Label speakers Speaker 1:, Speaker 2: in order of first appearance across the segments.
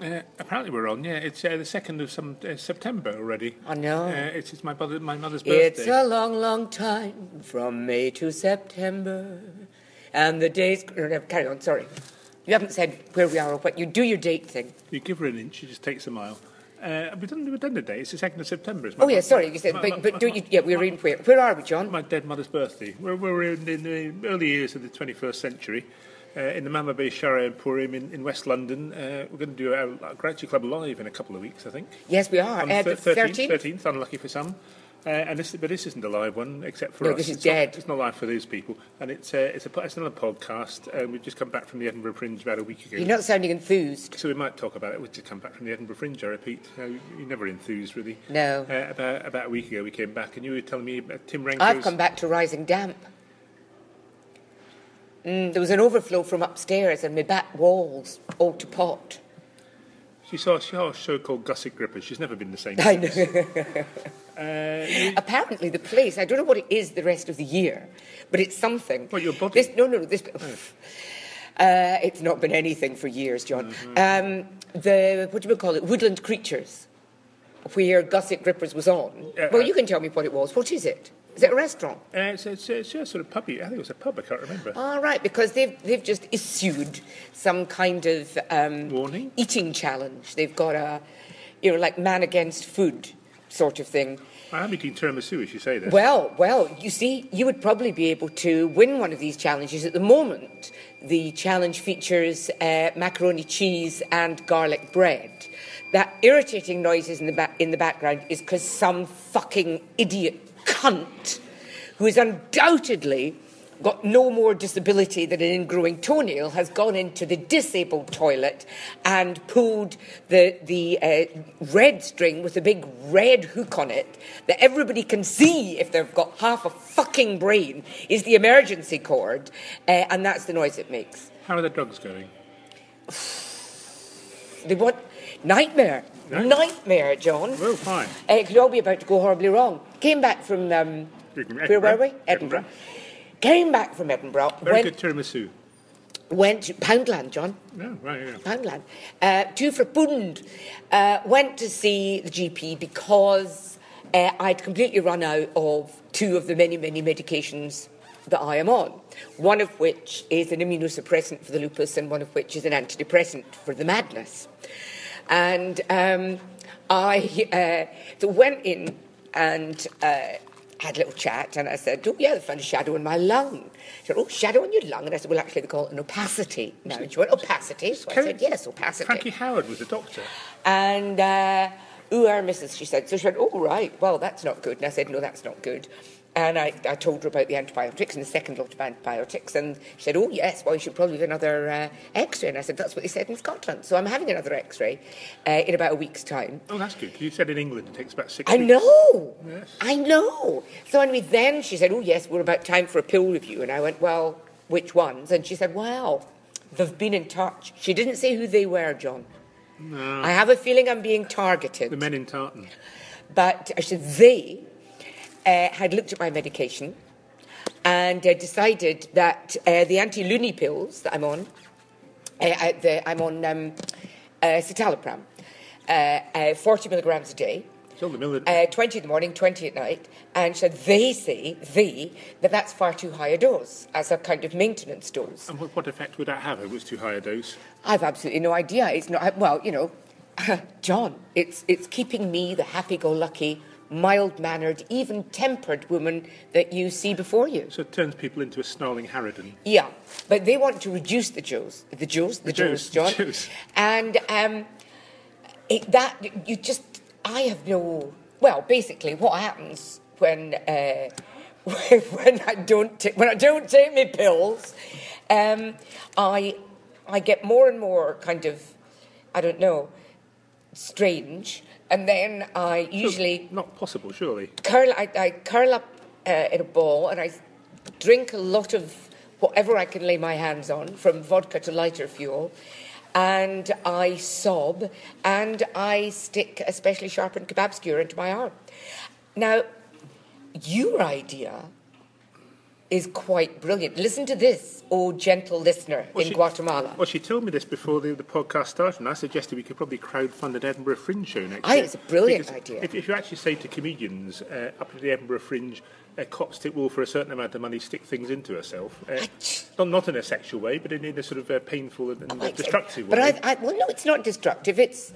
Speaker 1: Uh, apparently we're on. Yeah, it's uh, the second of some, uh, September already.
Speaker 2: I know.
Speaker 1: Uh, it's, it's my brother, my mother's birthday.
Speaker 2: It's a long, long time from May to September, and the days. no, no, Carry on. Sorry, you haven't said where we are or what you do your date thing.
Speaker 1: You give her an inch, she just takes a mile. Uh, we done we've done the day. It's the second of September. It's my
Speaker 2: Oh yeah,
Speaker 1: mother-
Speaker 2: sorry. You said,
Speaker 1: my- my-
Speaker 2: but, but
Speaker 1: my-
Speaker 2: do you? Yeah, we're in where? Where are we, John?
Speaker 1: my dead mother's birthday. We're, we're in, in the early years of the 21st century. Uh, in the Mama Bay Shire Emporium in, in West London, uh, we're going to do our, our Grouchy Club live in a couple of weeks, I think.
Speaker 2: Yes, we are.
Speaker 1: On
Speaker 2: Uh,
Speaker 1: thir-
Speaker 2: the
Speaker 1: 13th,
Speaker 2: 13th?
Speaker 1: 13th, unlucky for some. Uh, and this, but this isn't a live one, except for
Speaker 2: No,
Speaker 1: us.
Speaker 2: this is
Speaker 1: it's not-
Speaker 2: dead.
Speaker 1: it's not live for these people, and it's uh, it's, a, po- it's another podcast. And we've just come back from the Edinburgh Fringe about a week ago.
Speaker 2: You're not sounding enthused.
Speaker 1: So we might talk about it. We've just come back from the Edinburgh Fringe, I repeat. Uh, you're never enthused, really.
Speaker 2: No.
Speaker 1: Uh, about, about a week ago, we came back, and you were telling me about Tim Renko's...
Speaker 2: I've come back to rising damp. Mm, there was an overflow from upstairs and my back walls all to pot.
Speaker 1: She saw, she saw a show called Gusset Gripper. She's never been the same.
Speaker 2: I
Speaker 1: since.
Speaker 2: know. Apparently, the place, I don't know what it is the rest of the year, but it's something.
Speaker 1: What, your body?
Speaker 2: This, no, no, this. Uh, it's not been anything for years, John. Um,
Speaker 1: Mm-hmm.
Speaker 2: the, what do we call it? Woodland Creatures, where Gusset Grippers was on.
Speaker 1: Uh,
Speaker 2: well,
Speaker 1: uh,
Speaker 2: you can tell me what it was. What is it? Is it a restaurant?
Speaker 1: Uh, it's, it's, it's a sort of pubby. I think it was a pub. I can't remember.
Speaker 2: All right, because they've they've just issued some kind of um,
Speaker 1: Warning?
Speaker 2: eating challenge. They've got a, you know, like man against food sort of thing.
Speaker 1: I am eating tiramisu as you say this.
Speaker 2: Well, well, you see, you would probably be able to win one of these challenges. At the moment, the challenge features uh, macaroni cheese and garlic bread. That irritating noises in the ba- in the background is because some fucking idiot cunt, who has undoubtedly got no more disability than an ingrowing toenail, has gone into the disabled toilet and pulled the, the uh, red string with a big red hook on it that everybody can see if they've got half a fucking brain is the emergency cord, uh, and that's the noise it makes.
Speaker 1: How are the drugs going?
Speaker 2: They want nightmare,
Speaker 1: Nice.
Speaker 2: nightmare, John.
Speaker 1: Well, fine.
Speaker 2: Uh, it could all be about to go horribly wrong. Came back from um,
Speaker 1: Edinburgh.
Speaker 2: where were we?
Speaker 1: Edinburgh.
Speaker 2: Edinburgh. Came back from Edinburgh.
Speaker 1: Very
Speaker 2: went
Speaker 1: good tiramisu.
Speaker 2: went to Poundland, John.
Speaker 1: No, right, yeah.
Speaker 2: Poundland. Uh, two for Pund. Uh, went to see the GP because uh, I'd completely run out of two of the many, many medications that I am on. One of which is an immunosuppressant for the lupus, and one of which is an antidepressant for the madness. And um, I uh, so went in and uh, had a little chat and I said, Oh, yeah, they found a shadow in my lung. She said, Oh, shadow in your lung? And I said, Well, actually, they call it an opacity. Now, and she went, Opacity? So I
Speaker 1: Can-
Speaker 2: said, Yes, opacity.
Speaker 1: Frankie Howard was a doctor.
Speaker 2: And, uh, Ooh, our missus, she said. So she went, Oh, right, well, that's not good. And I said, No, that's not good. And I, I told her about the antibiotics and the second lot of antibiotics. And she said, Oh, yes, well, you should probably have another uh, x ray. And I said, That's what they said in Scotland. So I'm having another x ray uh, in about a week's time.
Speaker 1: Oh, that's good. You said in England it takes about six
Speaker 2: I
Speaker 1: weeks.
Speaker 2: know.
Speaker 1: Yes.
Speaker 2: I know. So anyway, then she said, "Oh yes, we're about time for a pill review," and I went, "Well, which ones?" And she said, "Well, they've been in touch." She didn't say who they were, John. No. I have a feeling I'm being targeted.
Speaker 1: The men in tartan.
Speaker 2: But I said they uh, had looked at my medication and uh, decided that uh, the anti-loony pills that I'm on, uh, I, the, I'm on um, uh, citalopram, uh, uh, 40 milligrams a day
Speaker 1: It's all the mil-
Speaker 2: uh, 20 in the morning, 20 at night, and so they say, they, that that's far too high a dose as a kind of maintenance dose.
Speaker 1: and what, what effect would that have if it was too high a dose?
Speaker 2: I've absolutely no idea. It's not, well, you know, John, it's, it's keeping me the happy go lucky, mild mannered, even tempered woman that you see before you.
Speaker 1: So it turns people into a snarling harridan.
Speaker 2: Yeah, but they want to reduce the Jews, the Jews, the,
Speaker 1: Jews,
Speaker 2: Jews,
Speaker 1: the
Speaker 2: John,
Speaker 1: Jews.
Speaker 2: and um, it, that you just, I have no. Well, basically, what happens when uh, when I don't ta- when I don't take my pills, um, I I get more and more kind of, I don't know, strange, and then I usually
Speaker 1: Not possible, surely.
Speaker 2: curl. I, I curl up uh, in a ball and I drink a lot of whatever I can lay my hands on, from vodka to lighter fuel, and I sob and I stick a specially sharpened kebab skewer into my arm. Now, your idea is quite brilliant. Listen to this, oh gentle listener
Speaker 1: Well,
Speaker 2: in
Speaker 1: she-
Speaker 2: Guatemala.
Speaker 1: Well, she told me this before the, the podcast started, and I suggested we could probably crowdfund an Edinburgh Fringe show next
Speaker 2: I
Speaker 1: year.
Speaker 2: think it's a brilliant
Speaker 1: Because
Speaker 2: idea.
Speaker 1: If, if you actually say to comedians uh, up to the Edinburgh Fringe, uh, cops stick wool for a certain amount of money, stick things into herself. Uh, not, not in a sexual way, but in, in a sort of uh, painful and, and
Speaker 2: Like-
Speaker 1: destructive
Speaker 2: Oh, but
Speaker 1: way.
Speaker 2: I, I, well, no, it's not destructive. It's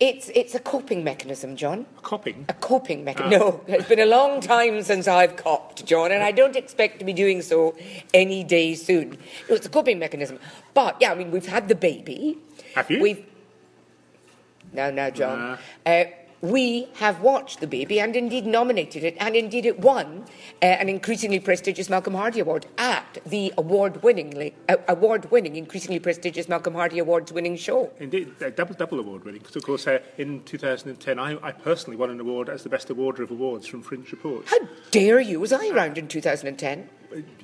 Speaker 2: it's it's a coping mechanism, John.
Speaker 1: Copping.
Speaker 2: A coping mechanism. No, it's been a long time since I've copped, John, and I don't expect to be doing so any day soon. No, it's a coping mechanism. But yeah, I mean, we've had the baby.
Speaker 1: Have you?
Speaker 2: We've no, no, John. Uh, we have watched the baby and indeed nominated it, and indeed it won uh, an increasingly prestigious Malcolm Hardy Award at the award-winning, uh, award-winning, increasingly prestigious Malcolm Hardy Awards-winning show.
Speaker 1: Indeed, a double double award winning. Because of course, uh, in 2010, I, I personally won an award as the best awarder of awards from Fringe Report.
Speaker 2: How dare you? Was I around in 2010?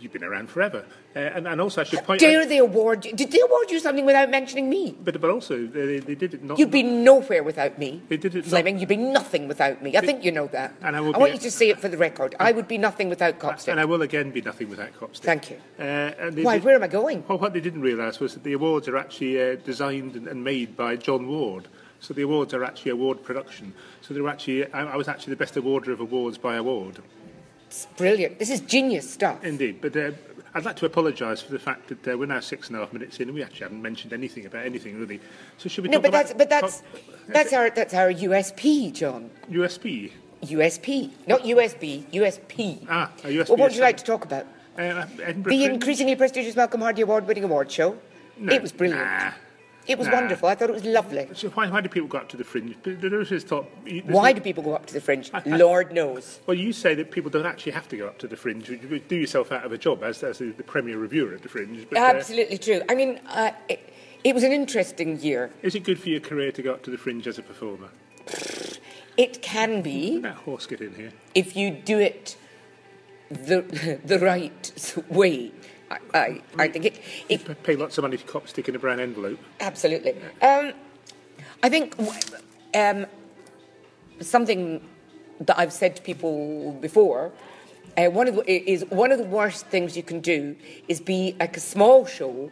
Speaker 1: You've been around forever, uh, and, and also I should point.
Speaker 2: Dare they award you? Did they award you something without mentioning me?
Speaker 1: but but also they, they did it not.
Speaker 2: You'd be nowhere without me,
Speaker 1: They did it not-
Speaker 2: Fleming. You'd be nothing without me. I think you know that.
Speaker 1: And I will be
Speaker 2: want
Speaker 1: a-
Speaker 2: you to say it for the record. I would be nothing without Copston.
Speaker 1: and I will again be nothing without Copstick.
Speaker 2: Thank you.
Speaker 1: Uh, and they
Speaker 2: Why?
Speaker 1: did-
Speaker 2: Where am I going?
Speaker 1: Well, what they didn't realise was that the awards are actually uh, designed and, and made by John Ward. So the awards are actually award production. So they were actually, I, I was actually the best awarder of awards by award.
Speaker 2: It's brilliant. This is genius stuff.
Speaker 1: Indeed, but uh, I'd like to apologise for the fact that uh, we're now six and a half minutes in and we actually haven't mentioned anything about anything really. So should we
Speaker 2: No,
Speaker 1: talk
Speaker 2: but
Speaker 1: about
Speaker 2: that's but that's
Speaker 1: talk- uh,
Speaker 2: that's our that's our USP, John.
Speaker 1: USP?
Speaker 2: USP, not USB, USP.
Speaker 1: Ah, a USP
Speaker 2: Well, what would
Speaker 1: is
Speaker 2: you like to talk about?
Speaker 1: Uh, Edinburgh
Speaker 2: The
Speaker 1: Fringe?
Speaker 2: increasingly prestigious Malcolm Hardy Award-winning award show.
Speaker 1: No.
Speaker 2: It was brilliant.
Speaker 1: Nah.
Speaker 2: It was
Speaker 1: Nah.
Speaker 2: wonderful. I thought it was lovely.
Speaker 1: So why, why do people go up to the fringe? But There is this thought. e-, there's
Speaker 2: Why
Speaker 1: no-
Speaker 2: do people go up to the fringe?
Speaker 1: I- I-
Speaker 2: Lord knows.
Speaker 1: Well, you say that people don't actually have to go up to the fringe. You would do yourself out of a job as, as the premier reviewer at the fringe. But, uh,
Speaker 2: Absolutely true. I mean, uh, it, it was an interesting year.
Speaker 1: is it good for your career to go up to the fringe as a performer?
Speaker 2: It can be
Speaker 1: That horse get in here.
Speaker 2: if you do it the the right s- way. I, I, I think it,
Speaker 1: You
Speaker 2: it
Speaker 1: p- pay lots of money to cop stick in a brown envelope.
Speaker 2: Absolutely. Um, I think w- um, something that I've said to people before uh, one of the, is one of the worst things you can do is be like a small show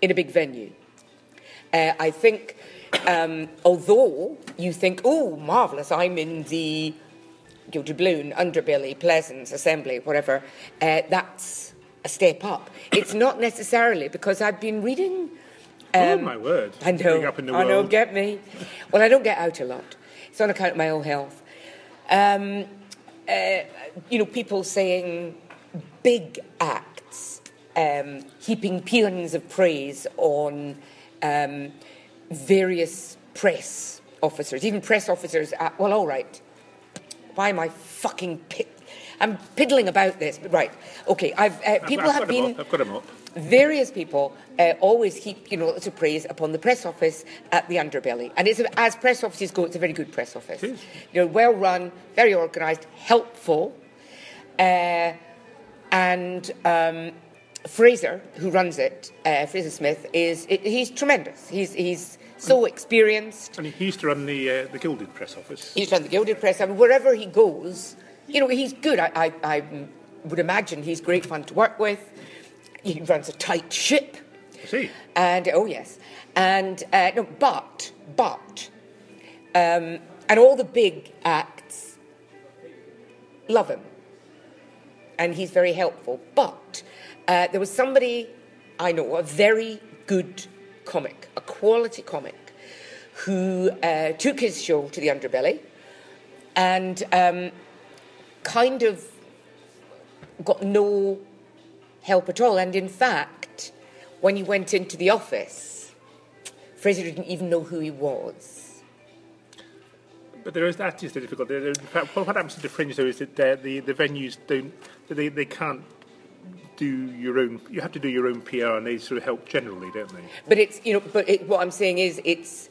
Speaker 2: in a big venue. Uh, I think, um, although you think, oh, marvellous, I'm in the you know, Doubloon, Underbelly, Pleasance, Assembly, whatever, uh, that's a step up. It's not necessarily because I've been reading.
Speaker 1: oh my word!
Speaker 2: Um, I know.
Speaker 1: Big Up in the
Speaker 2: I know.
Speaker 1: world.
Speaker 2: Get me. Well, I don't get out a lot. It's on account of my ill health. Um, uh, you know, people saying big acts, um, heaping peons of praise on um, various press officers, even press officers. At, well, all right. Why am I fucking? Pit- I'm piddling about this, but right. Okay, I've uh,
Speaker 1: I've-
Speaker 2: people
Speaker 1: I've
Speaker 2: have
Speaker 1: got 'em
Speaker 2: been
Speaker 1: Up. I've got them up.
Speaker 2: various people uh, always heap, you know, lots of praise upon the press office at the underbelly. And it's, a- as press offices go, it's a very good press office.
Speaker 1: It is.
Speaker 2: You know, well run, very organised, helpful. Uh, and um, Fraser, who runs it, uh, Fraser Smith, is i he's tremendous. He's, he's so experienced.
Speaker 1: And he used to run the uh, the Gilded press office.
Speaker 2: He's done the Gilded Press. I mean, wherever he goes, you know, he's good. I, I, I would imagine he's great fun to work with. He runs a tight ship.
Speaker 1: I see.
Speaker 2: And oh yes, and uh, no, but but, um, and all the big acts love him, and he's very helpful. But uh, there was somebody I know, a very good comic, a quality comic, who uh, took his show to the underbelly, and um, kind of got no help at all. And in fact, when he went into the office, Fraser didn't even know who he was.
Speaker 1: But there is that is the difficulty. There- In fact, what what happens to the fringe though is that uh, the the venues don't they they can't do your own. You have to do your own PR, and they sort of help generally, don't they?
Speaker 2: But it's you know, but it, what I'm saying is, it's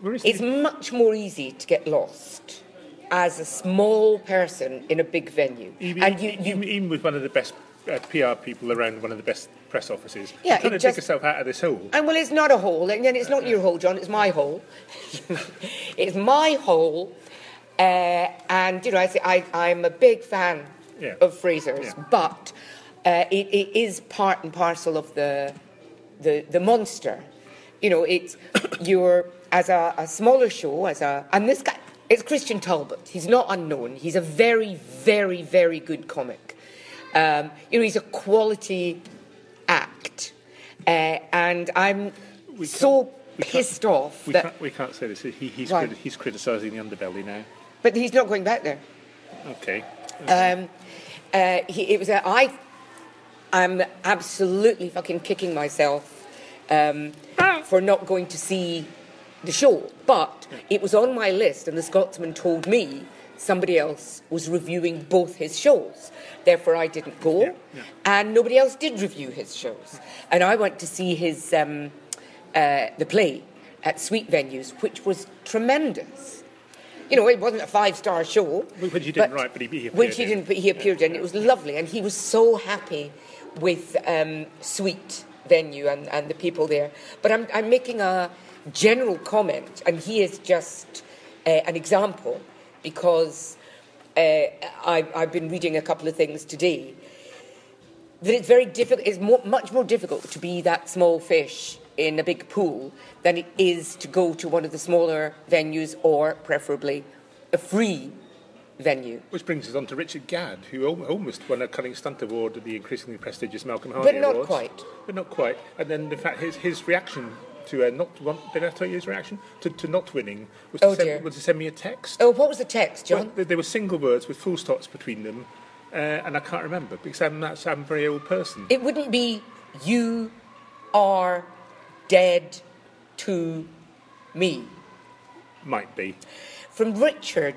Speaker 1: Where is
Speaker 2: it's much more easy to get lost as a small person in a big venue,
Speaker 1: even,
Speaker 2: and you, you
Speaker 1: even, even with one of the best uh, PR people around, one of the best press offices.
Speaker 2: Yeah,
Speaker 1: you're trying to
Speaker 2: it just-
Speaker 1: dig yourself out of this hole.
Speaker 2: And well, it's not a hole, and then it's not your hole, John. It's my hole. it's my hole, uh, and you know, I say I, I'm a big fan
Speaker 1: Yeah.
Speaker 2: of Fraser's,
Speaker 1: Yeah.
Speaker 2: but Uh, it, it is part and parcel of the, the, the monster. You know, it's, you're, as a, a smaller show, as a, and this guy, it's Christian Talbot. He's not unknown. He's a very, very, very good comic. Um, you know, he's a quality act. Uh, and I'm
Speaker 1: We
Speaker 2: so
Speaker 1: can't- we can't-
Speaker 2: pissed off
Speaker 1: We
Speaker 2: that.
Speaker 1: can't, we can't say this. He, he's,
Speaker 2: Why?
Speaker 1: criti- he's criticising the underbelly now.
Speaker 2: But he's not going back there.
Speaker 1: Okay.
Speaker 2: Um, uh, he, it was a, I am absolutely fucking kicking myself um,
Speaker 1: Oh.
Speaker 2: for not going to see the show. But it was on my list, and the Scotsman told me somebody else was reviewing both his shows. Therefore, I didn't go,
Speaker 1: yeah.
Speaker 2: and nobody else did review his shows. And I went to see his um, uh, the play at Sweet Venues, which was tremendous. You know, it wasn't a five-star show,
Speaker 1: Which he didn't write, but he- he
Speaker 2: which he
Speaker 1: appeared in.
Speaker 2: didn't, but he appeared in. It was lovely, and he was so happy with um, Sweet venue and, and the people there. But I'm, I'm making a general comment, and he is just uh, an example because uh, I, I've been reading a couple of things today that it's very difficult. It's more, much more difficult to be that small fish in a big pool than it is to go to one of the smaller venues or preferably a free venue.
Speaker 1: Which brings us on to Richard Gadd, who al- almost won a cunning stunt award at the increasingly prestigious Malcolm Hardy
Speaker 2: not
Speaker 1: Awards.
Speaker 2: quite.
Speaker 1: But not quite. And then the fact his his reaction to uh, not one, did I tell you his reaction to, to not winning was to,
Speaker 2: Oh, dear.
Speaker 1: send, was to send me a text.
Speaker 2: Oh, what was the text, John?
Speaker 1: Well, th- there were single words with full stops between them, uh, and I can't remember because I'm not, I'm a very old person.
Speaker 2: It wouldn't be you are dead to me.
Speaker 1: Might be.
Speaker 2: From Richard,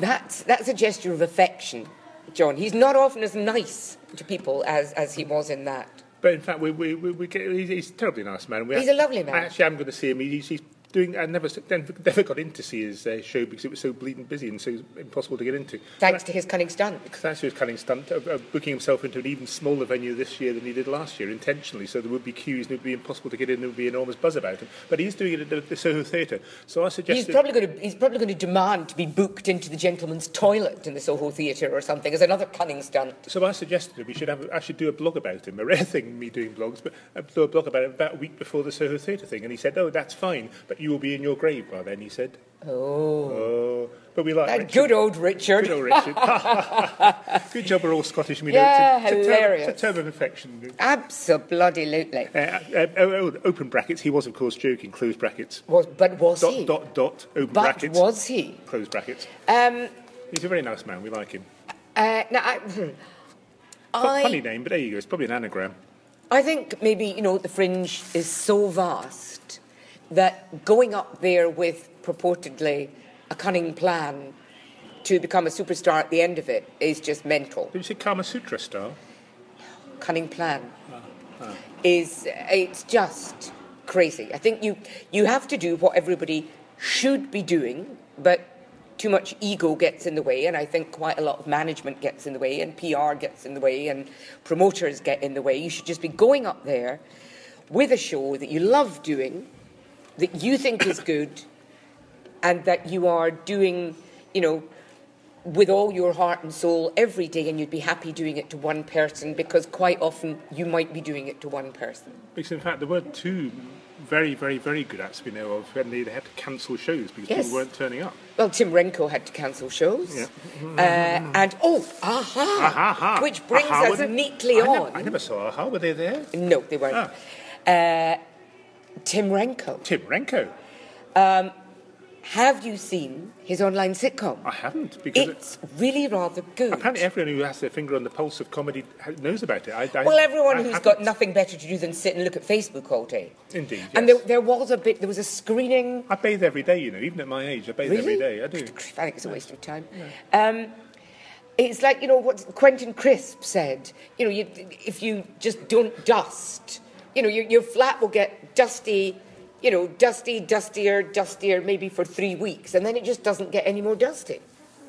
Speaker 2: that's, that's a gesture of affection, John. He's not often as nice to people as, as he was in that.
Speaker 1: But in fact, we, we, we, we get, he's, he's a terribly nice man. We
Speaker 2: He's
Speaker 1: act-
Speaker 2: a lovely man.
Speaker 1: I actually am going to see him. He- He's, he's doing. I never, s- never never got in to see his uh, show because it was so bleeding busy and so impossible to get into.
Speaker 2: Thanks to his cunning stunt.
Speaker 1: Because that's his cunning stunt of, of booking himself into an even smaller venue this year than he did last year, intentionally. So there would be queues and it would be impossible to get in. There would be enormous buzz about him. But he's doing it at the, the Soho Theatre. So I suggested.
Speaker 2: He's probably, going to, he's probably going to demand to be booked into the gentleman's toilet in the Soho Theatre or something as another cunning stunt.
Speaker 1: So I suggested that we should have, I should do a blog about him. A rare thing, me doing blogs, but I do a blog about him about a week before the Soho Theatre thing. And he said, "Oh, that's fine, but you will be in your grave by then." He said,
Speaker 2: Oh,
Speaker 1: "Oh, but we like
Speaker 2: that
Speaker 1: Richard.
Speaker 2: Uh, good old Richard.
Speaker 1: Good old Richard. good job, we're all Scottish. and We
Speaker 2: Yeah,
Speaker 1: know it's a, it's a
Speaker 2: hilarious.
Speaker 1: Term, it's a term of affection.
Speaker 2: Absolutely.
Speaker 1: Uh, uh, oh, oh, open brackets. He was, of course, joking. Close brackets.
Speaker 2: Was, but was
Speaker 1: Dot
Speaker 2: he?
Speaker 1: dot dot. Open
Speaker 2: but
Speaker 1: brackets.
Speaker 2: was he?
Speaker 1: Close brackets.
Speaker 2: Um,
Speaker 1: He's a very nice man. We like him.
Speaker 2: Uh, now, I,
Speaker 1: Fu- Funny
Speaker 2: I,
Speaker 1: name, but there you go. It's probably an anagram.
Speaker 2: I think maybe, you know, the fringe is so vast that going up there with purportedly a cunning plan to become a superstar at the end of it is just mental.
Speaker 1: Did you say Kama Sutra star?
Speaker 2: Cunning plan is, it's just crazy. I think you, you have to do what everybody should be doing, but too much ego gets in the way, and I think quite a lot of management gets in the way, and PR gets in the way, and promoters get in the way. You should just be going up there with a show that you love doing, that you think is good, and that you are doing, you know, with all your heart and soul every day, and you'd be happy doing it to one person because quite often you might be doing it to one person.
Speaker 1: Because in fact, there were two very, very, very good acts we know of, and they, they had to cancel shows because
Speaker 2: Yes.
Speaker 1: people weren't turning up.
Speaker 2: Well, Tim Renko had to cancel shows.
Speaker 1: Yeah.
Speaker 2: Uh, and, oh, aha!
Speaker 1: Aha, aha.
Speaker 2: Which brings
Speaker 1: Aha,
Speaker 2: us
Speaker 1: was it?
Speaker 2: neatly
Speaker 1: I
Speaker 2: on.
Speaker 1: Never, I never saw Aha. Were they there?
Speaker 2: No, they weren't. Uh,
Speaker 1: Ah.
Speaker 2: Tim Renko.
Speaker 1: Tim Renko.
Speaker 2: Have you seen his online sitcom?
Speaker 1: I haven't because
Speaker 2: It's really rather good.
Speaker 1: apparently everyone who has their finger on the pulse of comedy ha- knows about it. I, I,
Speaker 2: well, everyone
Speaker 1: I
Speaker 2: who's
Speaker 1: haven't.
Speaker 2: got nothing better to do than sit and look at Facebook all day.
Speaker 1: Indeed. Yes.
Speaker 2: And there, there was a bit, there was a screening.
Speaker 1: I bathe every day, you know, even at my age. I bathe
Speaker 2: Really?
Speaker 1: every day. I do.
Speaker 2: I think it's a waste of time. Um, it's like, you know, what Quentin Crisp said. You know, you, if you just don't dust, you know, your, your flat will get dusty, you know, dusty, dustier, dustier, maybe for three weeks, and then it just doesn't get any more dusty.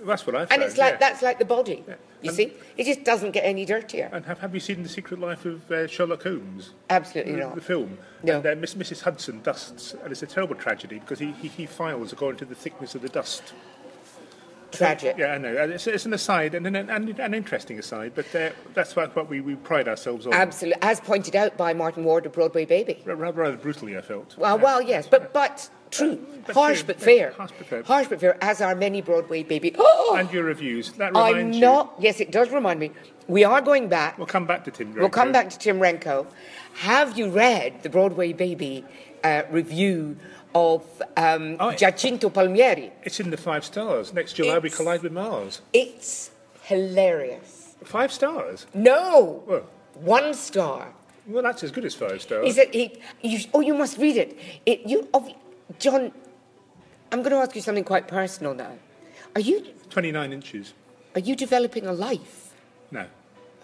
Speaker 1: That's what I found.
Speaker 2: And it's like,
Speaker 1: yeah.
Speaker 2: that's like the body, you
Speaker 1: And-
Speaker 2: see? It just doesn't get any dirtier.
Speaker 1: And have, have you seen The Secret Life of uh, Sherlock Holmes?
Speaker 2: Absolutely
Speaker 1: the,
Speaker 2: not.
Speaker 1: The film.
Speaker 2: No.
Speaker 1: And uh, Miss, Mrs. Hudson dusts, and it's a terrible tragedy because he, he, he files according to the thickness of the dust.
Speaker 2: tragic.
Speaker 1: Yeah, I know. And It's, it's an aside and an, an, an interesting aside, but uh, that's what, what we, we pride ourselves on.
Speaker 2: Absolutely, as pointed out by Martin Ward of Broadway Baby.
Speaker 1: Ra- rather, rather brutally, I felt.
Speaker 2: Well, well, yes, but but true,
Speaker 1: But
Speaker 2: harsh
Speaker 1: true,
Speaker 2: but
Speaker 1: but
Speaker 2: fair,
Speaker 1: harsh but fair.
Speaker 2: harsh but fair, as are many Broadway Baby. Oh,
Speaker 1: And your reviews. That
Speaker 2: I'm
Speaker 1: reminds you.
Speaker 2: not. Yes, it does remind me. We are going back.
Speaker 1: We'll come back to Tim.
Speaker 2: We'll come
Speaker 1: Draco.
Speaker 2: back to Tim Renko. Have you read the Broadway Baby uh, review of um,
Speaker 1: Oh, it-
Speaker 2: Giacinto Palmieri?
Speaker 1: It's in the five stars. Next July, we
Speaker 2: It's-
Speaker 1: collide with Mars.
Speaker 2: It's hilarious.
Speaker 1: Five stars?
Speaker 2: No,
Speaker 1: Well.
Speaker 2: one star.
Speaker 1: Well, that's as good as five stars.
Speaker 2: Is it? He, you, oh, you must read it. it you, oh, John. I'm going to ask you something quite personal now. Are you
Speaker 1: 29 inches.
Speaker 2: are you developing a life?
Speaker 1: No.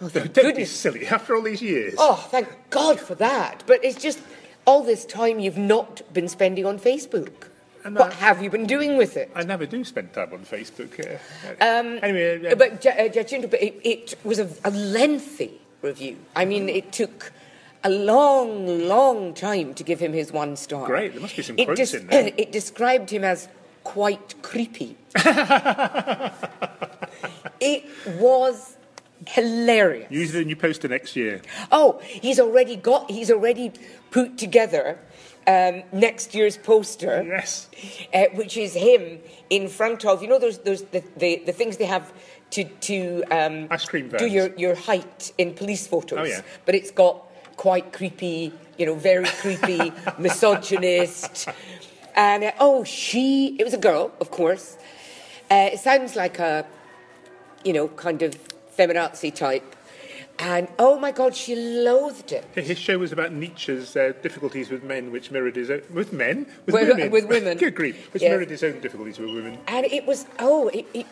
Speaker 2: Oh,
Speaker 1: Don't
Speaker 2: thank
Speaker 1: be
Speaker 2: goodness.
Speaker 1: silly. After all these years.
Speaker 2: Oh, thank God for that. But it's just all this time you've not been spending on Facebook.
Speaker 1: And
Speaker 2: what
Speaker 1: that-
Speaker 2: have you been doing with it?
Speaker 1: I never do spend time on Facebook. Uh, anyway, uh,
Speaker 2: Um, But Ja- uh, Jacinto, but it, it was a, a lengthy review. I mean, it took a long, long time to give him his one star.
Speaker 1: Great, there must be some
Speaker 2: it
Speaker 1: quotes in there.
Speaker 2: It described him as quite creepy. it was hilarious.
Speaker 1: use it in your poster next year.
Speaker 2: Oh, he's already got. He's already put together um, next year's poster.
Speaker 1: Yes.
Speaker 2: uh, which is him in front of you know those those the, the, the things they have to to um,
Speaker 1: Ice cream
Speaker 2: do
Speaker 1: vans.
Speaker 2: your your height in police photos.
Speaker 1: Oh, yeah.
Speaker 2: But it's got quite creepy, you know, very creepy, misogynist, and uh, oh, she. It was a girl, of course. Uh, it sounds like a you know kind of feminazi type, and oh my God, she loathed it.
Speaker 1: His show was about Nietzsche's uh, difficulties with men, which mirrored his own, with men with
Speaker 2: With-
Speaker 1: women
Speaker 2: with women.
Speaker 1: Good grief! Which
Speaker 2: Yeah.
Speaker 1: mirrored his own difficulties with women.
Speaker 2: And it was oh, it, it,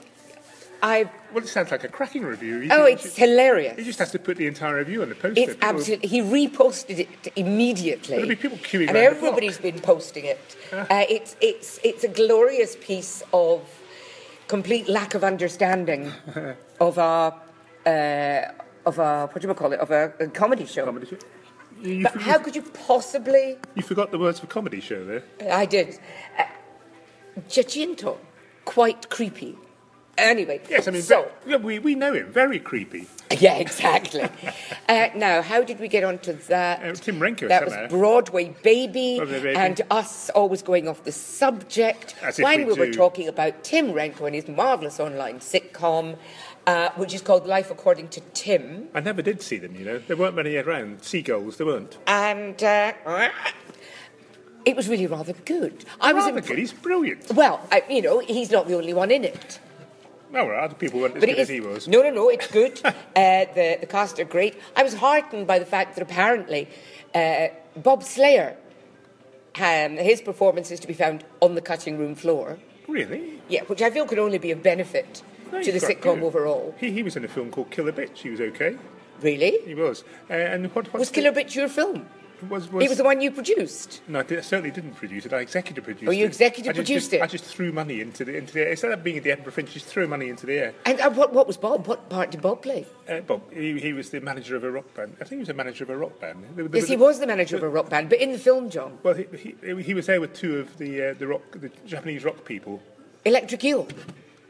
Speaker 2: I
Speaker 1: Well, it sounds like a cracking review. You
Speaker 2: oh,
Speaker 1: think
Speaker 2: it's
Speaker 1: you should-
Speaker 2: hilarious.
Speaker 1: He just has to put the entire review on the poster.
Speaker 2: It's
Speaker 1: People-
Speaker 2: absolutely. He reposted it immediately.
Speaker 1: There'll be people queuing
Speaker 2: and
Speaker 1: round the
Speaker 2: everybody's been posting it. Uh, it's it's it's a glorious piece of complete lack of understanding of our uh, of our what do you call it of a, a comedy show.
Speaker 1: comedy show. You, you,
Speaker 2: But
Speaker 1: for-
Speaker 2: how could you possibly?
Speaker 1: you forgot the words for comedy show there.
Speaker 2: I did. Uh, Giacinto, quite creepy. Anyway,
Speaker 1: Yes, I mean,
Speaker 2: so
Speaker 1: ve- yeah, we, we know him. Very creepy.
Speaker 2: yeah, exactly. uh, now, how did we get onto that?
Speaker 1: Uh, Tim Renko
Speaker 2: That was
Speaker 1: somehow.
Speaker 2: Broadway Baby,
Speaker 1: Broadway Baby.
Speaker 2: and us always going off the subject
Speaker 1: As if
Speaker 2: when
Speaker 1: we
Speaker 2: we, were
Speaker 1: do.
Speaker 2: talking about Tim Renko and his marvellous online sitcom, uh, which is called Life According to Tim.
Speaker 1: I never did see them. You know, there weren't many around. Seagulls, there weren't.
Speaker 2: And uh, it was really rather good. I was
Speaker 1: Rather
Speaker 2: impre-
Speaker 1: good. He's brilliant.
Speaker 2: Well, I, you know, he's not the only one in it.
Speaker 1: No, well, other people weren't as
Speaker 2: But
Speaker 1: good
Speaker 2: it is,
Speaker 1: as he was.
Speaker 2: No, no, no, it's good. uh, the, the cast are great. I was heartened by the fact that apparently uh, Bob Slayer, um, his performance is to be found on the cutting room floor.
Speaker 1: Really?
Speaker 2: Yeah, which I feel could only be a benefit
Speaker 1: No,
Speaker 2: to the
Speaker 1: he's quite
Speaker 2: sitcom
Speaker 1: good.
Speaker 2: overall.
Speaker 1: He, he was in a film called Killer Bitch. He was okay.
Speaker 2: Really?
Speaker 1: He was. Uh, and what what's
Speaker 2: Was
Speaker 1: the-
Speaker 2: Killer Bitch your film?
Speaker 1: Was, was,
Speaker 2: It was the one you produced.
Speaker 1: No, I, did, I certainly didn't produce it. I executive produced it.
Speaker 2: Oh, you executive
Speaker 1: I just-
Speaker 2: produced
Speaker 1: just-
Speaker 2: it?
Speaker 1: I just threw money into the into the air. Instead of being at the Edinburgh Fringe, just threw money into the air.
Speaker 2: And uh, what, what was Bob? What part did Bob play?
Speaker 1: Uh, Bob, he, he was the manager of a rock band. I think he was a manager of a rock band. There- there
Speaker 2: Yes, he
Speaker 1: a-
Speaker 2: was the manager of a rock band, but in the film, John.
Speaker 1: Well, he, he, he was there with two of the uh, the rock the Japanese rock people.
Speaker 2: Electric Eel.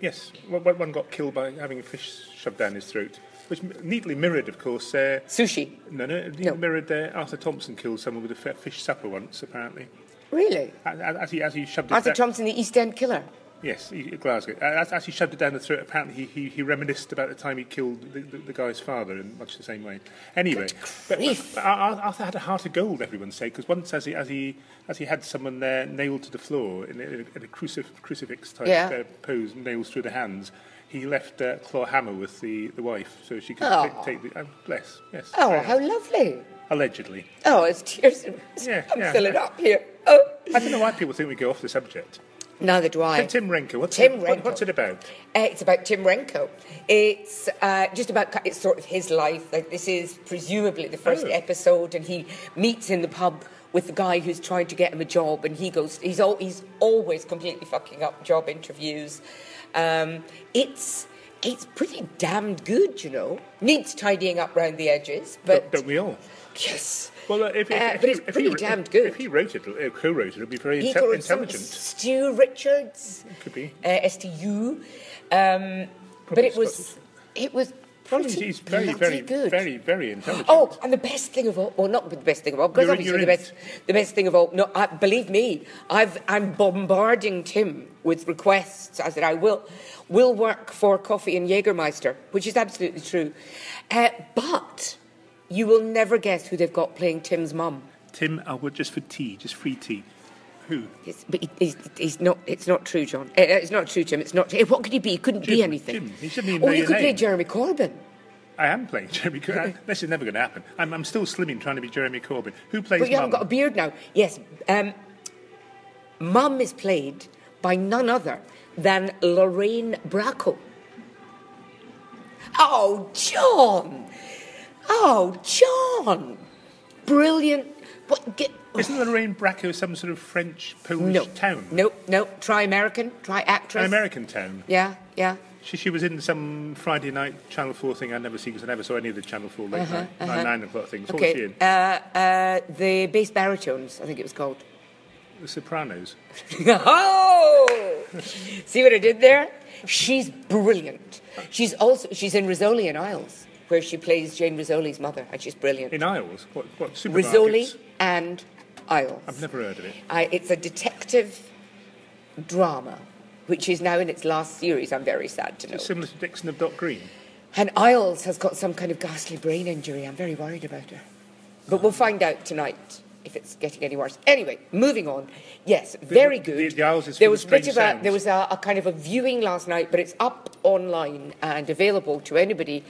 Speaker 1: Yes, one, one- one got killed by having a fish shoved down his throat, which m- neatly mirrored, of course. Uh,
Speaker 2: Sushi.
Speaker 1: no, no, it
Speaker 2: No.
Speaker 1: mirrored uh, Arthur Thompson killed someone with a f- fish supper once, apparently.
Speaker 2: Really?
Speaker 1: As, as he as he shoved it
Speaker 2: Arthur
Speaker 1: down-
Speaker 2: Thompson, the East End killer.
Speaker 1: Yes, he, Glasgow. Uh, As, as he shoved it down the throat, apparently he, he, he reminisced about the time he killed the, the, the guy's father in much the same way. Anyway, but,
Speaker 2: grief.
Speaker 1: but Ar- Ar- Arthur had a heart of gold, everyone said, because once as he, as, he, as he had someone there nailed to the floor in a, in a crucif- crucifix type
Speaker 2: Yeah.
Speaker 1: uh, pose, nails through the hands, he left uh, claw hammer with the, the wife so she could
Speaker 2: Oh.
Speaker 1: ta- take the. Uh, bless, yes.
Speaker 2: Oh,
Speaker 1: very
Speaker 2: how lovely.
Speaker 1: nice. Allegedly.
Speaker 2: Oh, it's tears. in-
Speaker 1: Yeah,
Speaker 2: I'm
Speaker 1: yeah.
Speaker 2: filling up here. Oh.
Speaker 1: I don't know why people think we go off the subject.
Speaker 2: Neither do I.
Speaker 1: Tim Renker, what's,
Speaker 2: Tim
Speaker 1: it, what-
Speaker 2: Renker.
Speaker 1: what's it about?
Speaker 2: Uh, it's about Tim Renko. It's uh, just about it's sort of his life. Like this is presumably the first
Speaker 1: Oh.
Speaker 2: episode, and he meets in the pub with the guy who's trying to get him a job, and he goes. He's all, he's always completely fucking up job interviews. Um, it's it's pretty damned good, you know. Needs tidying up round the edges, but
Speaker 1: Don't we all?
Speaker 2: Yes.
Speaker 1: Well, uh, if, if,
Speaker 2: Uh,
Speaker 1: if
Speaker 2: but
Speaker 1: he-
Speaker 2: it's
Speaker 1: if
Speaker 2: pretty
Speaker 1: he,
Speaker 2: damned
Speaker 1: If
Speaker 2: good.
Speaker 1: he wrote it, uh, co-wrote it, it would be very
Speaker 2: He
Speaker 1: inte-
Speaker 2: called himself
Speaker 1: intelligent.
Speaker 2: Stu Richards.
Speaker 1: Could be.
Speaker 2: Uh, S-T-U. Um, but it was,
Speaker 1: Scottish.
Speaker 2: it was
Speaker 1: Well,
Speaker 2: pretty
Speaker 1: he's, he's very,
Speaker 2: bloody
Speaker 1: very,
Speaker 2: good.
Speaker 1: very, very intelligent.
Speaker 2: Oh, and the best thing of all, well, not the best thing of all, because
Speaker 1: You're-
Speaker 2: obviously
Speaker 1: you're
Speaker 2: the
Speaker 1: in.
Speaker 2: best, the best thing of all. No, I, believe me, I've, I'm bombarding Tim with requests. I said I will, will work for coffee and Jägermeister, which is absolutely true. Uh, but you will never guess who they've got playing Tim's mum.
Speaker 1: Tim Albert just for tea, just free tea. Who?
Speaker 2: It's, but he, he's, he's not. It's not true, John. Uh, it's not true, Tim. It's not. eh, What could he be? He couldn't be
Speaker 1: Jim,
Speaker 2: anything.
Speaker 1: Jim. He shouldn't even know
Speaker 2: or you
Speaker 1: your
Speaker 2: could play
Speaker 1: name.
Speaker 2: Jeremy Corbyn.
Speaker 1: I am playing Jeremy Corbyn. this is never going to happen. I'm, I'm still slimming trying to be Jeremy Corbyn. Who plays
Speaker 2: But you
Speaker 1: Mum?
Speaker 2: haven't got a beard now. Yes. Um, Mum is played by none other than Lorraine Bracco. Oh, John! Oh, John! Brilliant. What, get,
Speaker 1: Isn't Lorraine Bracco some sort of French Polish
Speaker 2: no.
Speaker 1: town?
Speaker 2: No, no. Try American. Try actress.
Speaker 1: An American town.
Speaker 2: Yeah, yeah.
Speaker 1: She, she was in some Friday night Channel 4 thing I'd never seen because I never saw any of the Channel 4 late night, nine- 9 o'clock things. What was she
Speaker 2: Uh-huh, Okay.
Speaker 1: in?
Speaker 2: Uh, uh, the bass baritones, I think it was called.
Speaker 1: the Sopranos.
Speaker 2: oh! See what I did there? She's brilliant. She's also she's in Rizzoli and Isles, where she plays Jane Rizzoli's mother, and she's brilliant.
Speaker 1: In Isles. What, what supermarkets?
Speaker 2: Rizzoli and Isles.
Speaker 1: I've never heard of it.
Speaker 2: I, it's a detective drama, which is now in its last series. I'm very sad to know.
Speaker 1: Similar to Dixon of Dot Green.
Speaker 2: And Isles has got some kind of ghastly brain injury. I'm very worried about her. But we'll find out tonight if it's getting any worse. Anyway, moving on. Yes, very
Speaker 1: the-
Speaker 2: good.
Speaker 1: the Isles is full
Speaker 2: there
Speaker 1: of
Speaker 2: was a bit
Speaker 1: strange
Speaker 2: of a,
Speaker 1: sounds.
Speaker 2: there was a, a kind of a viewing last night, but it's up online and available to anybody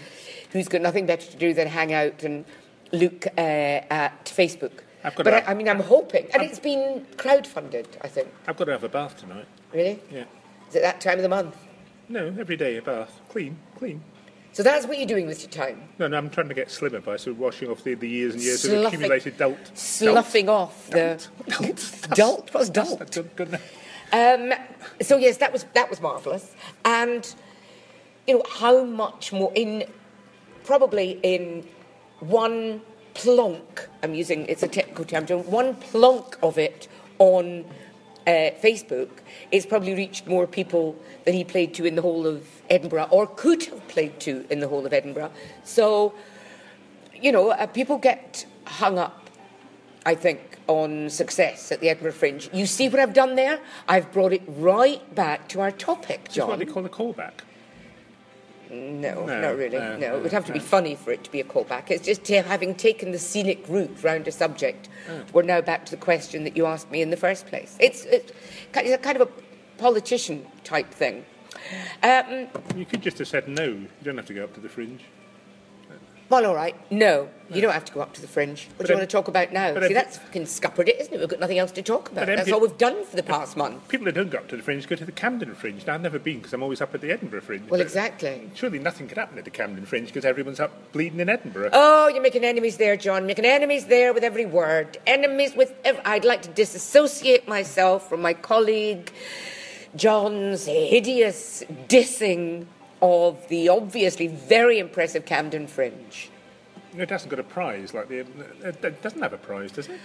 Speaker 2: who's got nothing better to do than hang out and look uh, at Facebook.
Speaker 1: I've got
Speaker 2: but
Speaker 1: a-
Speaker 2: I, I mean, I'm hoping, and it's been crowdfunded. I think.
Speaker 1: I've got to have a bath tonight.
Speaker 2: Really?
Speaker 1: Yeah.
Speaker 2: Is it that time of the month?
Speaker 1: No, every day a bath. Clean, clean.
Speaker 2: So that's what you're doing with your time.
Speaker 1: No, no, I'm trying to get slimmer by sort of washing off the, the years and years of
Speaker 2: Sloughing-
Speaker 1: accumulated dult.
Speaker 2: Sloughing off the
Speaker 1: Dult.
Speaker 2: Dult? What's
Speaker 1: That's-
Speaker 2: dult?
Speaker 1: that's good- good enough.
Speaker 2: Um, so yes, that was that was marvelous, and you know how much more in probably in one plonk. I'm using it's a technical term. John, One plonk of it on uh, Facebook, it's probably reached more people than he played to in the whole of Edinburgh, or could have played to in the whole of Edinburgh. So you know, uh, people get hung up, I think, on success at the Edinburgh Fringe. You see what I've done there? I've brought it right back to our topic,
Speaker 1: That's what
Speaker 2: John.
Speaker 1: they call a callback.
Speaker 2: No,
Speaker 1: No,
Speaker 2: not really.
Speaker 1: no,
Speaker 2: No, it would have to be
Speaker 1: no.
Speaker 2: funny for it to be a callback. It's just uh, having taken the scenic route round a subject,
Speaker 1: Mm.
Speaker 2: we're now back to the question that you asked me in the first place. It's, it's ki- it's a kind of a politician type thing. Um,
Speaker 1: You could just have said no. You don't have to go up to the fringe.
Speaker 2: well, all right. No, you don't have to go up to the fringe. What
Speaker 1: But
Speaker 2: do you
Speaker 1: em-
Speaker 2: want to talk about now?
Speaker 1: but
Speaker 2: See,
Speaker 1: em-
Speaker 2: that's fucking scuppered it, isn't it? We've got nothing else to talk about.
Speaker 1: But em-
Speaker 2: That's all we've done for the past month.
Speaker 1: People that don't go up to the fringe go to the Camden Fringe. Now, I've never been because I'm always up at the Edinburgh Fringe.
Speaker 2: Well,
Speaker 1: but
Speaker 2: exactly.
Speaker 1: Surely nothing could happen at the Camden Fringe because everyone's up bleeding in Edinburgh.
Speaker 2: Oh, you're making enemies there, John. Making enemies there with every word. Enemies with. Ev- I'd like to disassociate myself from my colleague John's hideous dissing of the obviously very impressive Camden Fringe.
Speaker 1: It hasn't got a prize like the. It it doesn't have a prize, does it?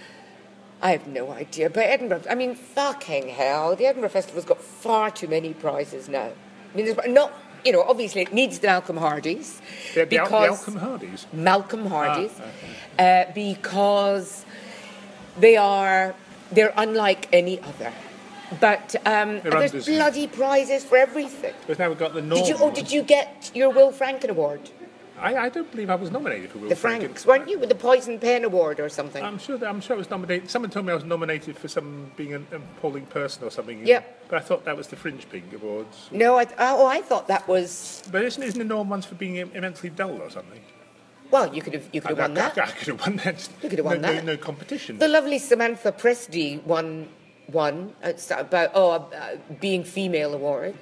Speaker 2: I have no idea. But Edinburgh, I mean, fucking hell, the Edinburgh Festival's got far too many prizes now. I mean, there's not, you know, obviously it needs the Malcolm Hardys.
Speaker 1: The, the, Al- the
Speaker 2: because
Speaker 1: Alcombe Hardys.
Speaker 2: Malcolm
Speaker 1: Ah,
Speaker 2: Hardys. Uh, because they are, they're unlike any other. But um,
Speaker 1: They're
Speaker 2: there's
Speaker 1: undeserved.
Speaker 2: bloody prizes for everything.
Speaker 1: But now we've got the Norm.
Speaker 2: Did you, oh, did you get your Will Franken Award?
Speaker 1: I, I don't believe I was nominated for Will
Speaker 2: The
Speaker 1: Franken. Um,
Speaker 2: Franks, weren't you? With the Poison Pen Award or something?
Speaker 1: I'm sure that I'm sure I was nominated. Someone told me I was nominated for some being an appalling person or something.
Speaker 2: Yep.
Speaker 1: But I thought that was the Fringe Pink Awards.
Speaker 2: no, I, oh, I thought that was
Speaker 1: But isn't isn't the Norm ones for being im- immensely dull or something?
Speaker 2: Well, you could have you could have
Speaker 1: I,
Speaker 2: won that.
Speaker 1: I, I could have won that.
Speaker 2: You could have
Speaker 1: no,
Speaker 2: won
Speaker 1: no,
Speaker 2: that.
Speaker 1: No, competition.
Speaker 2: The lovely Samantha Presti won one It's about oh uh, being female award.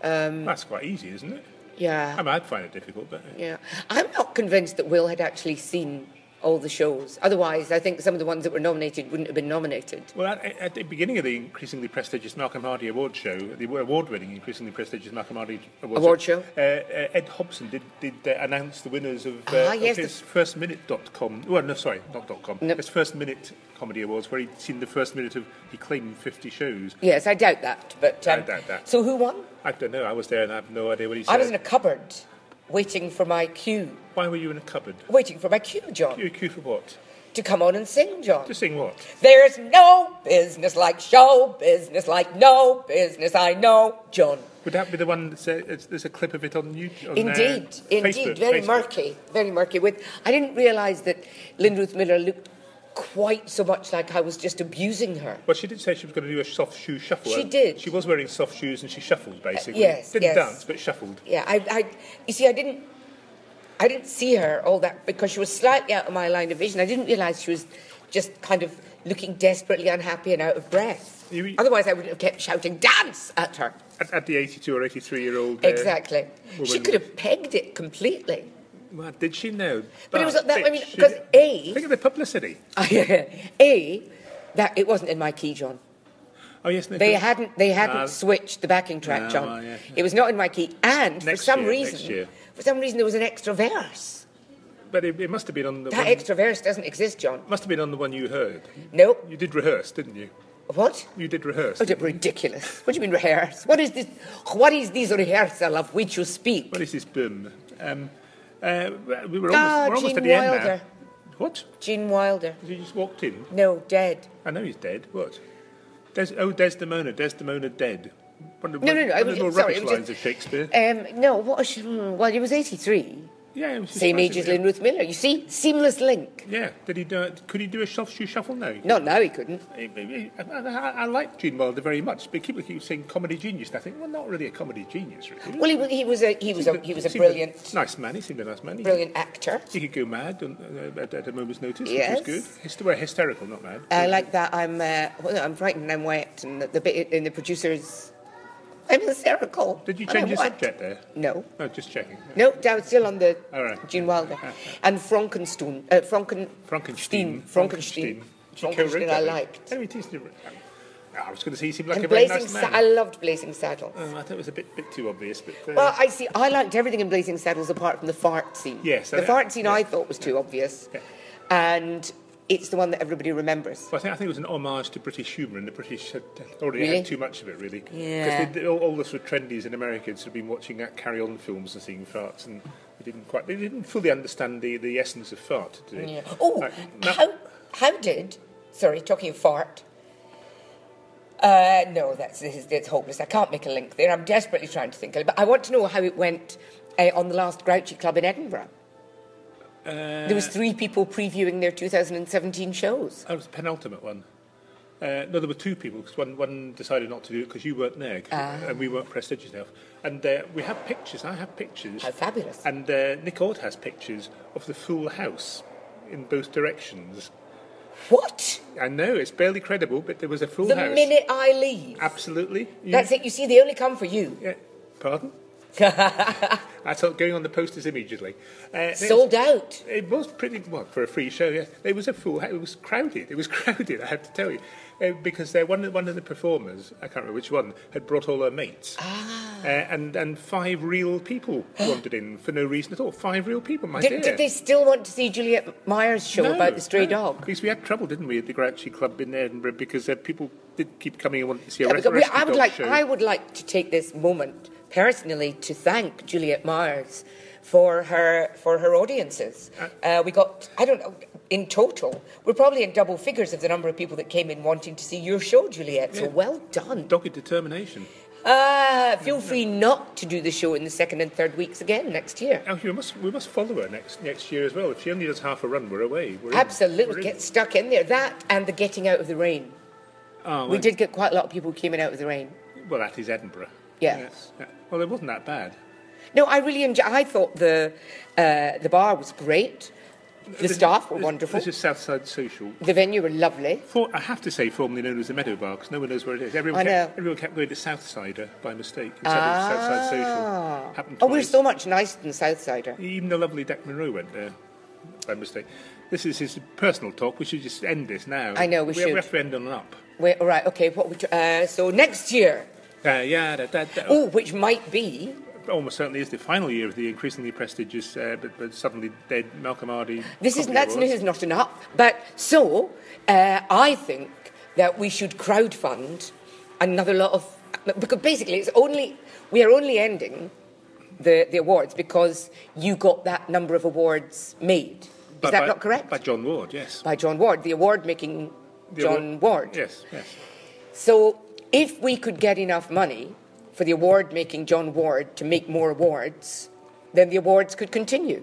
Speaker 1: That's quite easy, isn't it? I
Speaker 2: Yeah,
Speaker 1: mean, I'd find it difficult, but
Speaker 2: yeah. I'm not convinced that Will had actually seen all the shows. Otherwise, I think some of the ones that were nominated wouldn't have been nominated.
Speaker 1: Well, at, at the beginning of the increasingly prestigious Malcolm Hardy award show, the award-winning increasingly prestigious Malcolm Hardy award,
Speaker 2: Award show.
Speaker 1: uh, uh, Ed Hobson did, did uh, announce the winners of, uh,
Speaker 2: Ah,
Speaker 1: of
Speaker 2: yes, the-
Speaker 1: his first minute.com. Well, no, sorry, not dot com.
Speaker 2: No.
Speaker 1: His first minute comedy awards, where he'd seen the first minute of he claimed 50 shows.
Speaker 2: Yes, I doubt that. But um,
Speaker 1: I doubt that.
Speaker 2: So who won?
Speaker 1: I don't know. I was there and I have no idea what he said.
Speaker 2: I was in a cupboard, waiting for my cue,
Speaker 1: Why were you in a cupboard?
Speaker 2: waiting for my cue, John,
Speaker 1: You queue for what?
Speaker 2: to come on and sing, John.
Speaker 1: To sing what?
Speaker 2: There's no business like show business, like no business I know, John.
Speaker 1: Would that be the one that's uh, it's- there's a clip of it on YouTube? On, uh,
Speaker 2: Indeed, indeed,
Speaker 1: Facebook,
Speaker 2: very
Speaker 1: Facebook.
Speaker 2: murky, very murky. With I didn't realise that Lindruth Miller looked quite so much like I was just abusing her.
Speaker 1: Well, she did say she was going to do a soft shoe shuffle.
Speaker 2: She
Speaker 1: and
Speaker 2: did. Uh,
Speaker 1: She was wearing soft shoes and she shuffled basically.
Speaker 2: yes,
Speaker 1: Didn't
Speaker 2: yes.
Speaker 1: dance, but shuffled.
Speaker 2: Yeah, I, I, you see, I didn't, I didn't see her all that because she was slightly out of my line of vision. I didn't realise she was just kind of looking desperately unhappy and out of breath.
Speaker 1: You-
Speaker 2: Otherwise, I would have kept shouting "dance" at her.
Speaker 1: At, at the 82 or 83 year old. uh,
Speaker 2: exactly. She
Speaker 1: woman.
Speaker 2: could have pegged it completely.
Speaker 1: Well, did she know?
Speaker 2: But it was
Speaker 1: That
Speaker 2: that- I
Speaker 1: bitch,
Speaker 2: mean,
Speaker 1: she
Speaker 2: 'cause
Speaker 1: did-
Speaker 2: A-
Speaker 1: Think of the publicity.
Speaker 2: A, that it wasn't in my key, John.
Speaker 1: Oh, yes. no,
Speaker 2: They
Speaker 1: 'cause-
Speaker 2: hadn't they hadn't
Speaker 1: Uh,
Speaker 2: switched the backing track,
Speaker 1: no,
Speaker 2: John.
Speaker 1: well, yeah.
Speaker 2: It was not in my key, and
Speaker 1: Next
Speaker 2: for some
Speaker 1: year,
Speaker 2: reason,
Speaker 1: next year.
Speaker 2: for some reason, there was an extra verse.
Speaker 1: But it, it must have been on the.
Speaker 2: That
Speaker 1: one,
Speaker 2: extra verse doesn't exist, John.
Speaker 1: Must have been on the one you heard.
Speaker 2: No,
Speaker 1: You did rehearse, didn't you?
Speaker 2: what?
Speaker 1: You did rehearse.
Speaker 2: Oh, that's ridiculous. What do you mean rehearse? What is this? What is this rehearsal of which you speak?
Speaker 1: What is this boom? Um, uh, we were almost,
Speaker 2: Ah,
Speaker 1: we're almost
Speaker 2: Gene
Speaker 1: at the end now.
Speaker 2: Wilder.
Speaker 1: What?
Speaker 2: Gene Wilder.
Speaker 1: You just walked in.
Speaker 2: No, dead.
Speaker 1: I know he's dead. What? Des- oh, Desdemona. Desdemona dead. One of,
Speaker 2: No,
Speaker 1: one,
Speaker 2: no, no.
Speaker 1: One
Speaker 2: I
Speaker 1: of
Speaker 2: was,
Speaker 1: the more
Speaker 2: sorry,
Speaker 1: rubbish
Speaker 2: it was
Speaker 1: lines
Speaker 2: just-
Speaker 1: of Shakespeare.
Speaker 2: Um, no, what? Was, hmm, well, he was eighty-three.
Speaker 1: yeah, it was just
Speaker 2: Same age as
Speaker 1: basically-
Speaker 2: Lynn Ruth Miller. You see, seamless link.
Speaker 1: Yeah. Did he do? it? Could he do a soft shoe shuffle? No.
Speaker 2: Not now he couldn't.
Speaker 1: I, I, I- I like Gene Wilder very much, but people keep saying comedy genius. And I think, well, not really a comedy genius, really.
Speaker 2: Well, he, wa- he was a he was a he was a
Speaker 1: seemed
Speaker 2: brilliant
Speaker 1: nice man. He seemed a nice man. He-
Speaker 2: brilliant actor.
Speaker 1: He could go mad on, uh, at, at a moment's notice,
Speaker 2: Yes.
Speaker 1: which is good. Hyster- well, hysterical, not mad.
Speaker 2: I like that I'm uh, well, I'm frightened I'm wet and the bit in the producers I'm hysterical.
Speaker 1: Did you
Speaker 2: And
Speaker 1: change
Speaker 2: I'm
Speaker 1: your
Speaker 2: wet.
Speaker 1: subject there?
Speaker 2: No.
Speaker 1: No, just checking.
Speaker 2: No, I was still on the
Speaker 1: All right.
Speaker 2: Gene Wilder. And Frankenstein. Uh, Franken,
Speaker 1: Frankenstein.
Speaker 2: Frankenstein. Frankenstein. Frankenstein I liked.
Speaker 1: Oh, it is different. I was going to say he seemed like
Speaker 2: And
Speaker 1: a very
Speaker 2: Blazing
Speaker 1: nice
Speaker 2: Sa-
Speaker 1: man.
Speaker 2: I loved Blazing Saddles.
Speaker 1: Oh, I thought it was a bit, bit too obvious, but uh,
Speaker 2: Well, I see. I liked everything in Blazing Saddles apart from the fart scene.
Speaker 1: Yes,
Speaker 2: the
Speaker 1: I-
Speaker 2: fart scene I
Speaker 1: yeah.
Speaker 2: thought was too obvious,
Speaker 1: Yeah.
Speaker 2: and it's the one that everybody remembers.
Speaker 1: I, think, I think it was an homage to British humour, and the British had already
Speaker 2: Really?
Speaker 1: had too much of it, really. 'Cause
Speaker 2: Yeah.
Speaker 1: they- they- all, all the sort of trendies in America had sort of been watching that carry-on films and seeing farts, and they didn't quite, they didn't fully understand the, the essence of fart, did they?
Speaker 2: Yeah. Oh,
Speaker 1: Like, now-
Speaker 2: how, how did, sorry, talking of fart. Uh, no, that's this is, it's hopeless. I can't make a link there. I'm desperately trying to think, of it, but I want to know how it went uh, on the last Grouchy Club in Edinburgh.
Speaker 1: Uh,
Speaker 2: there was three people previewing their 2017 shows.
Speaker 1: That was the penultimate one. Uh, no, there were two people because one, one decided not to do it because you weren't there 'cause-
Speaker 2: Ah.
Speaker 1: and we weren't prestigious enough. And uh, we have pictures. I have pictures.
Speaker 2: How fabulous!
Speaker 1: And uh, Nick Ord has pictures of the full house in both directions.
Speaker 2: What?
Speaker 1: I know it's barely credible, but there was a full
Speaker 2: The
Speaker 1: house.
Speaker 2: minute I leave,
Speaker 1: Absolutely. You-
Speaker 2: that's it. You see, they only come for you.
Speaker 1: Yeah. Pardon? I thought going on the posters immediately. Uh,
Speaker 2: Sold out.
Speaker 1: It was pretty well for a free show. Yes, it was a full. It was crowded. It was crowded. I have to tell you, uh, because uh, one of- one of the performers, I can't remember which one, had brought all her mates,
Speaker 2: Ah.
Speaker 1: uh, and and five real people wandered in for no reason at all. Five real people, my dear.
Speaker 2: Did, did they still want to see Juliet Myers' show
Speaker 1: No,
Speaker 2: about the stray
Speaker 1: no,
Speaker 2: dog?
Speaker 1: Because we had trouble, didn't we, at the Grouchy Club in Edinburgh? Because uh, people did keep coming and wanted to see a
Speaker 2: Yeah,
Speaker 1: res-
Speaker 2: because we-
Speaker 1: rescue
Speaker 2: I would
Speaker 1: dog
Speaker 2: like
Speaker 1: show.
Speaker 2: I would like to take this moment personally to thank Juliet Myers for her for her audiences. Uh, we got I don't know in total we're probably in double figures of the number of people that came in wanting to see your show, Juliet. So well done.
Speaker 1: Dogged determination.
Speaker 2: Uh, feel free not to do the show in the second and third weeks again next year.
Speaker 1: Oh, we must we must follow her next next year as well. If she only does half a run, we're away. We're in. We're
Speaker 2: Absolutely,
Speaker 1: in.
Speaker 2: get stuck in there. That and the getting out of the rain.
Speaker 1: Oh,
Speaker 2: We did get quite a lot of people who came in out of the rain.
Speaker 1: Well, that is Edinburgh.
Speaker 2: Yes.
Speaker 1: Yeah. Well, it wasn't that bad.
Speaker 2: No, I really enjoy. I thought the uh, the bar was great. The
Speaker 1: This-
Speaker 2: staff were
Speaker 1: this-
Speaker 2: wonderful.
Speaker 1: This is Southside Social.
Speaker 2: The venue were lovely.
Speaker 1: For, I have to say, formerly known as the Meadow Bar, because no one knows where it is. Everyone,
Speaker 2: I
Speaker 1: kept,
Speaker 2: know. Ah.
Speaker 1: everyone kept going to Southsider by mistake. instead of Southside Social. Happened
Speaker 2: Oh, we're
Speaker 1: twice.
Speaker 2: so much nicer than Southsider.
Speaker 1: Even the lovely Deck Monroe went there by mistake. This is his personal talk. We should just end this now.
Speaker 2: I know, we should.
Speaker 1: We have to end on an up.
Speaker 2: Wait, all right, okay. What we tr- uh, so next year,
Speaker 1: Uh, yeah, that, that, that
Speaker 2: oh, which might be
Speaker 1: almost certainly is the final year of the increasingly prestigious uh, but, but suddenly dead Malcolm Hardy.
Speaker 2: This is
Speaker 1: Comedy
Speaker 2: that's
Speaker 1: Awards.
Speaker 2: this is not enough. But so uh, I think that we should crowdfund another lot of because basically it's only we are only ending the, the awards because you got that number of awards made. Is
Speaker 1: By-
Speaker 2: that
Speaker 1: by-
Speaker 2: not correct?
Speaker 1: By John Ward, yes.
Speaker 2: By John Ward, the award making
Speaker 1: The
Speaker 2: John
Speaker 1: award-
Speaker 2: Ward.
Speaker 1: Yes, yes.
Speaker 2: So if we could get enough money for the award making John Ward to make more awards, then the awards could continue.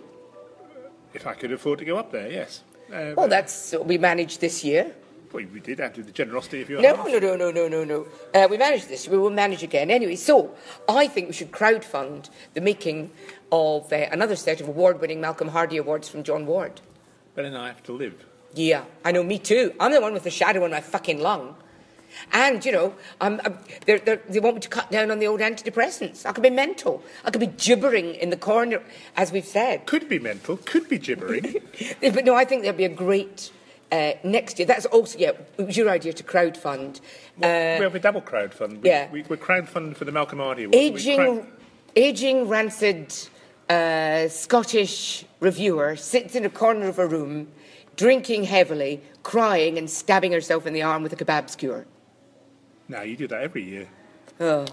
Speaker 1: If I could afford to go up there, yes. Uh,
Speaker 2: Well, that's what we managed this year.
Speaker 1: well, you did have to the generosity of your
Speaker 2: No,
Speaker 1: heart.
Speaker 2: no, no, no, no, no, no. Uh, we managed this. We will manage again. Anyway, so I think we should crowdfund the making of uh, another set of award winning Malcolm Hardy Awards from John Ward.
Speaker 1: But then I have to live.
Speaker 2: Yeah, I know, me too. I'm the one with the shadow on my fucking lung. And, you know, I'm, I'm, they're, they're, they want me to cut down on the old antidepressants. I could be mental. I could be gibbering in the corner, as we've said.
Speaker 1: Could be mental, could be gibbering.
Speaker 2: But no, I think there'd be a great uh, next year. That's also, yeah, it was your idea to crowdfund.
Speaker 1: we have a double crowdfund. We,
Speaker 2: Uh, yeah.
Speaker 1: we, we're crowdfunding for the Malcolm Hardy Awards. but we
Speaker 2: aging,
Speaker 1: crowd-
Speaker 2: aging rancid uh, Scottish reviewer sits in a corner of a room, drinking heavily, crying, and stabbing herself in the arm with a kebab skewer.
Speaker 1: No, you do that every year.
Speaker 2: Oh,